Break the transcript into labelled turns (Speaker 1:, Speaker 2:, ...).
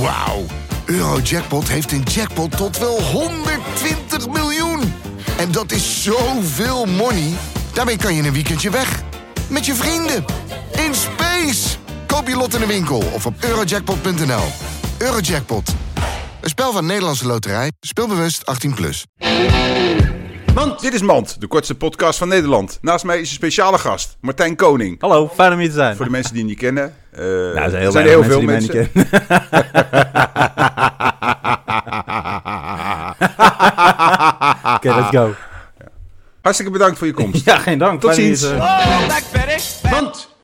Speaker 1: Wauw. Eurojackpot heeft een jackpot tot wel 120 miljoen. En dat is zoveel money. Daarmee kan je in een weekendje weg. Met je vrienden. In space. Koop je lot in de winkel of op eurojackpot.nl. Eurojackpot. Een spel van Nederlandse Loterij. Speelbewust 18+. Plus.
Speaker 2: Mand. Dit is Mand, de kortste podcast van Nederland. Naast mij is een speciale gast, Martijn Koning.
Speaker 3: Hallo, fijn om hier te zijn.
Speaker 2: Voor de mensen die hem niet kennen. eh,
Speaker 3: Nou, er zijn heel,
Speaker 2: zijn
Speaker 3: weinig
Speaker 2: heel
Speaker 3: mensen
Speaker 2: veel
Speaker 3: die mij niet kennen. Oké, let's go.
Speaker 2: Hartstikke bedankt voor je komst.
Speaker 3: Ja, geen dank.
Speaker 2: Tot
Speaker 3: Fijn om hier
Speaker 2: ziens.
Speaker 3: te zijn.
Speaker 4: Oh, back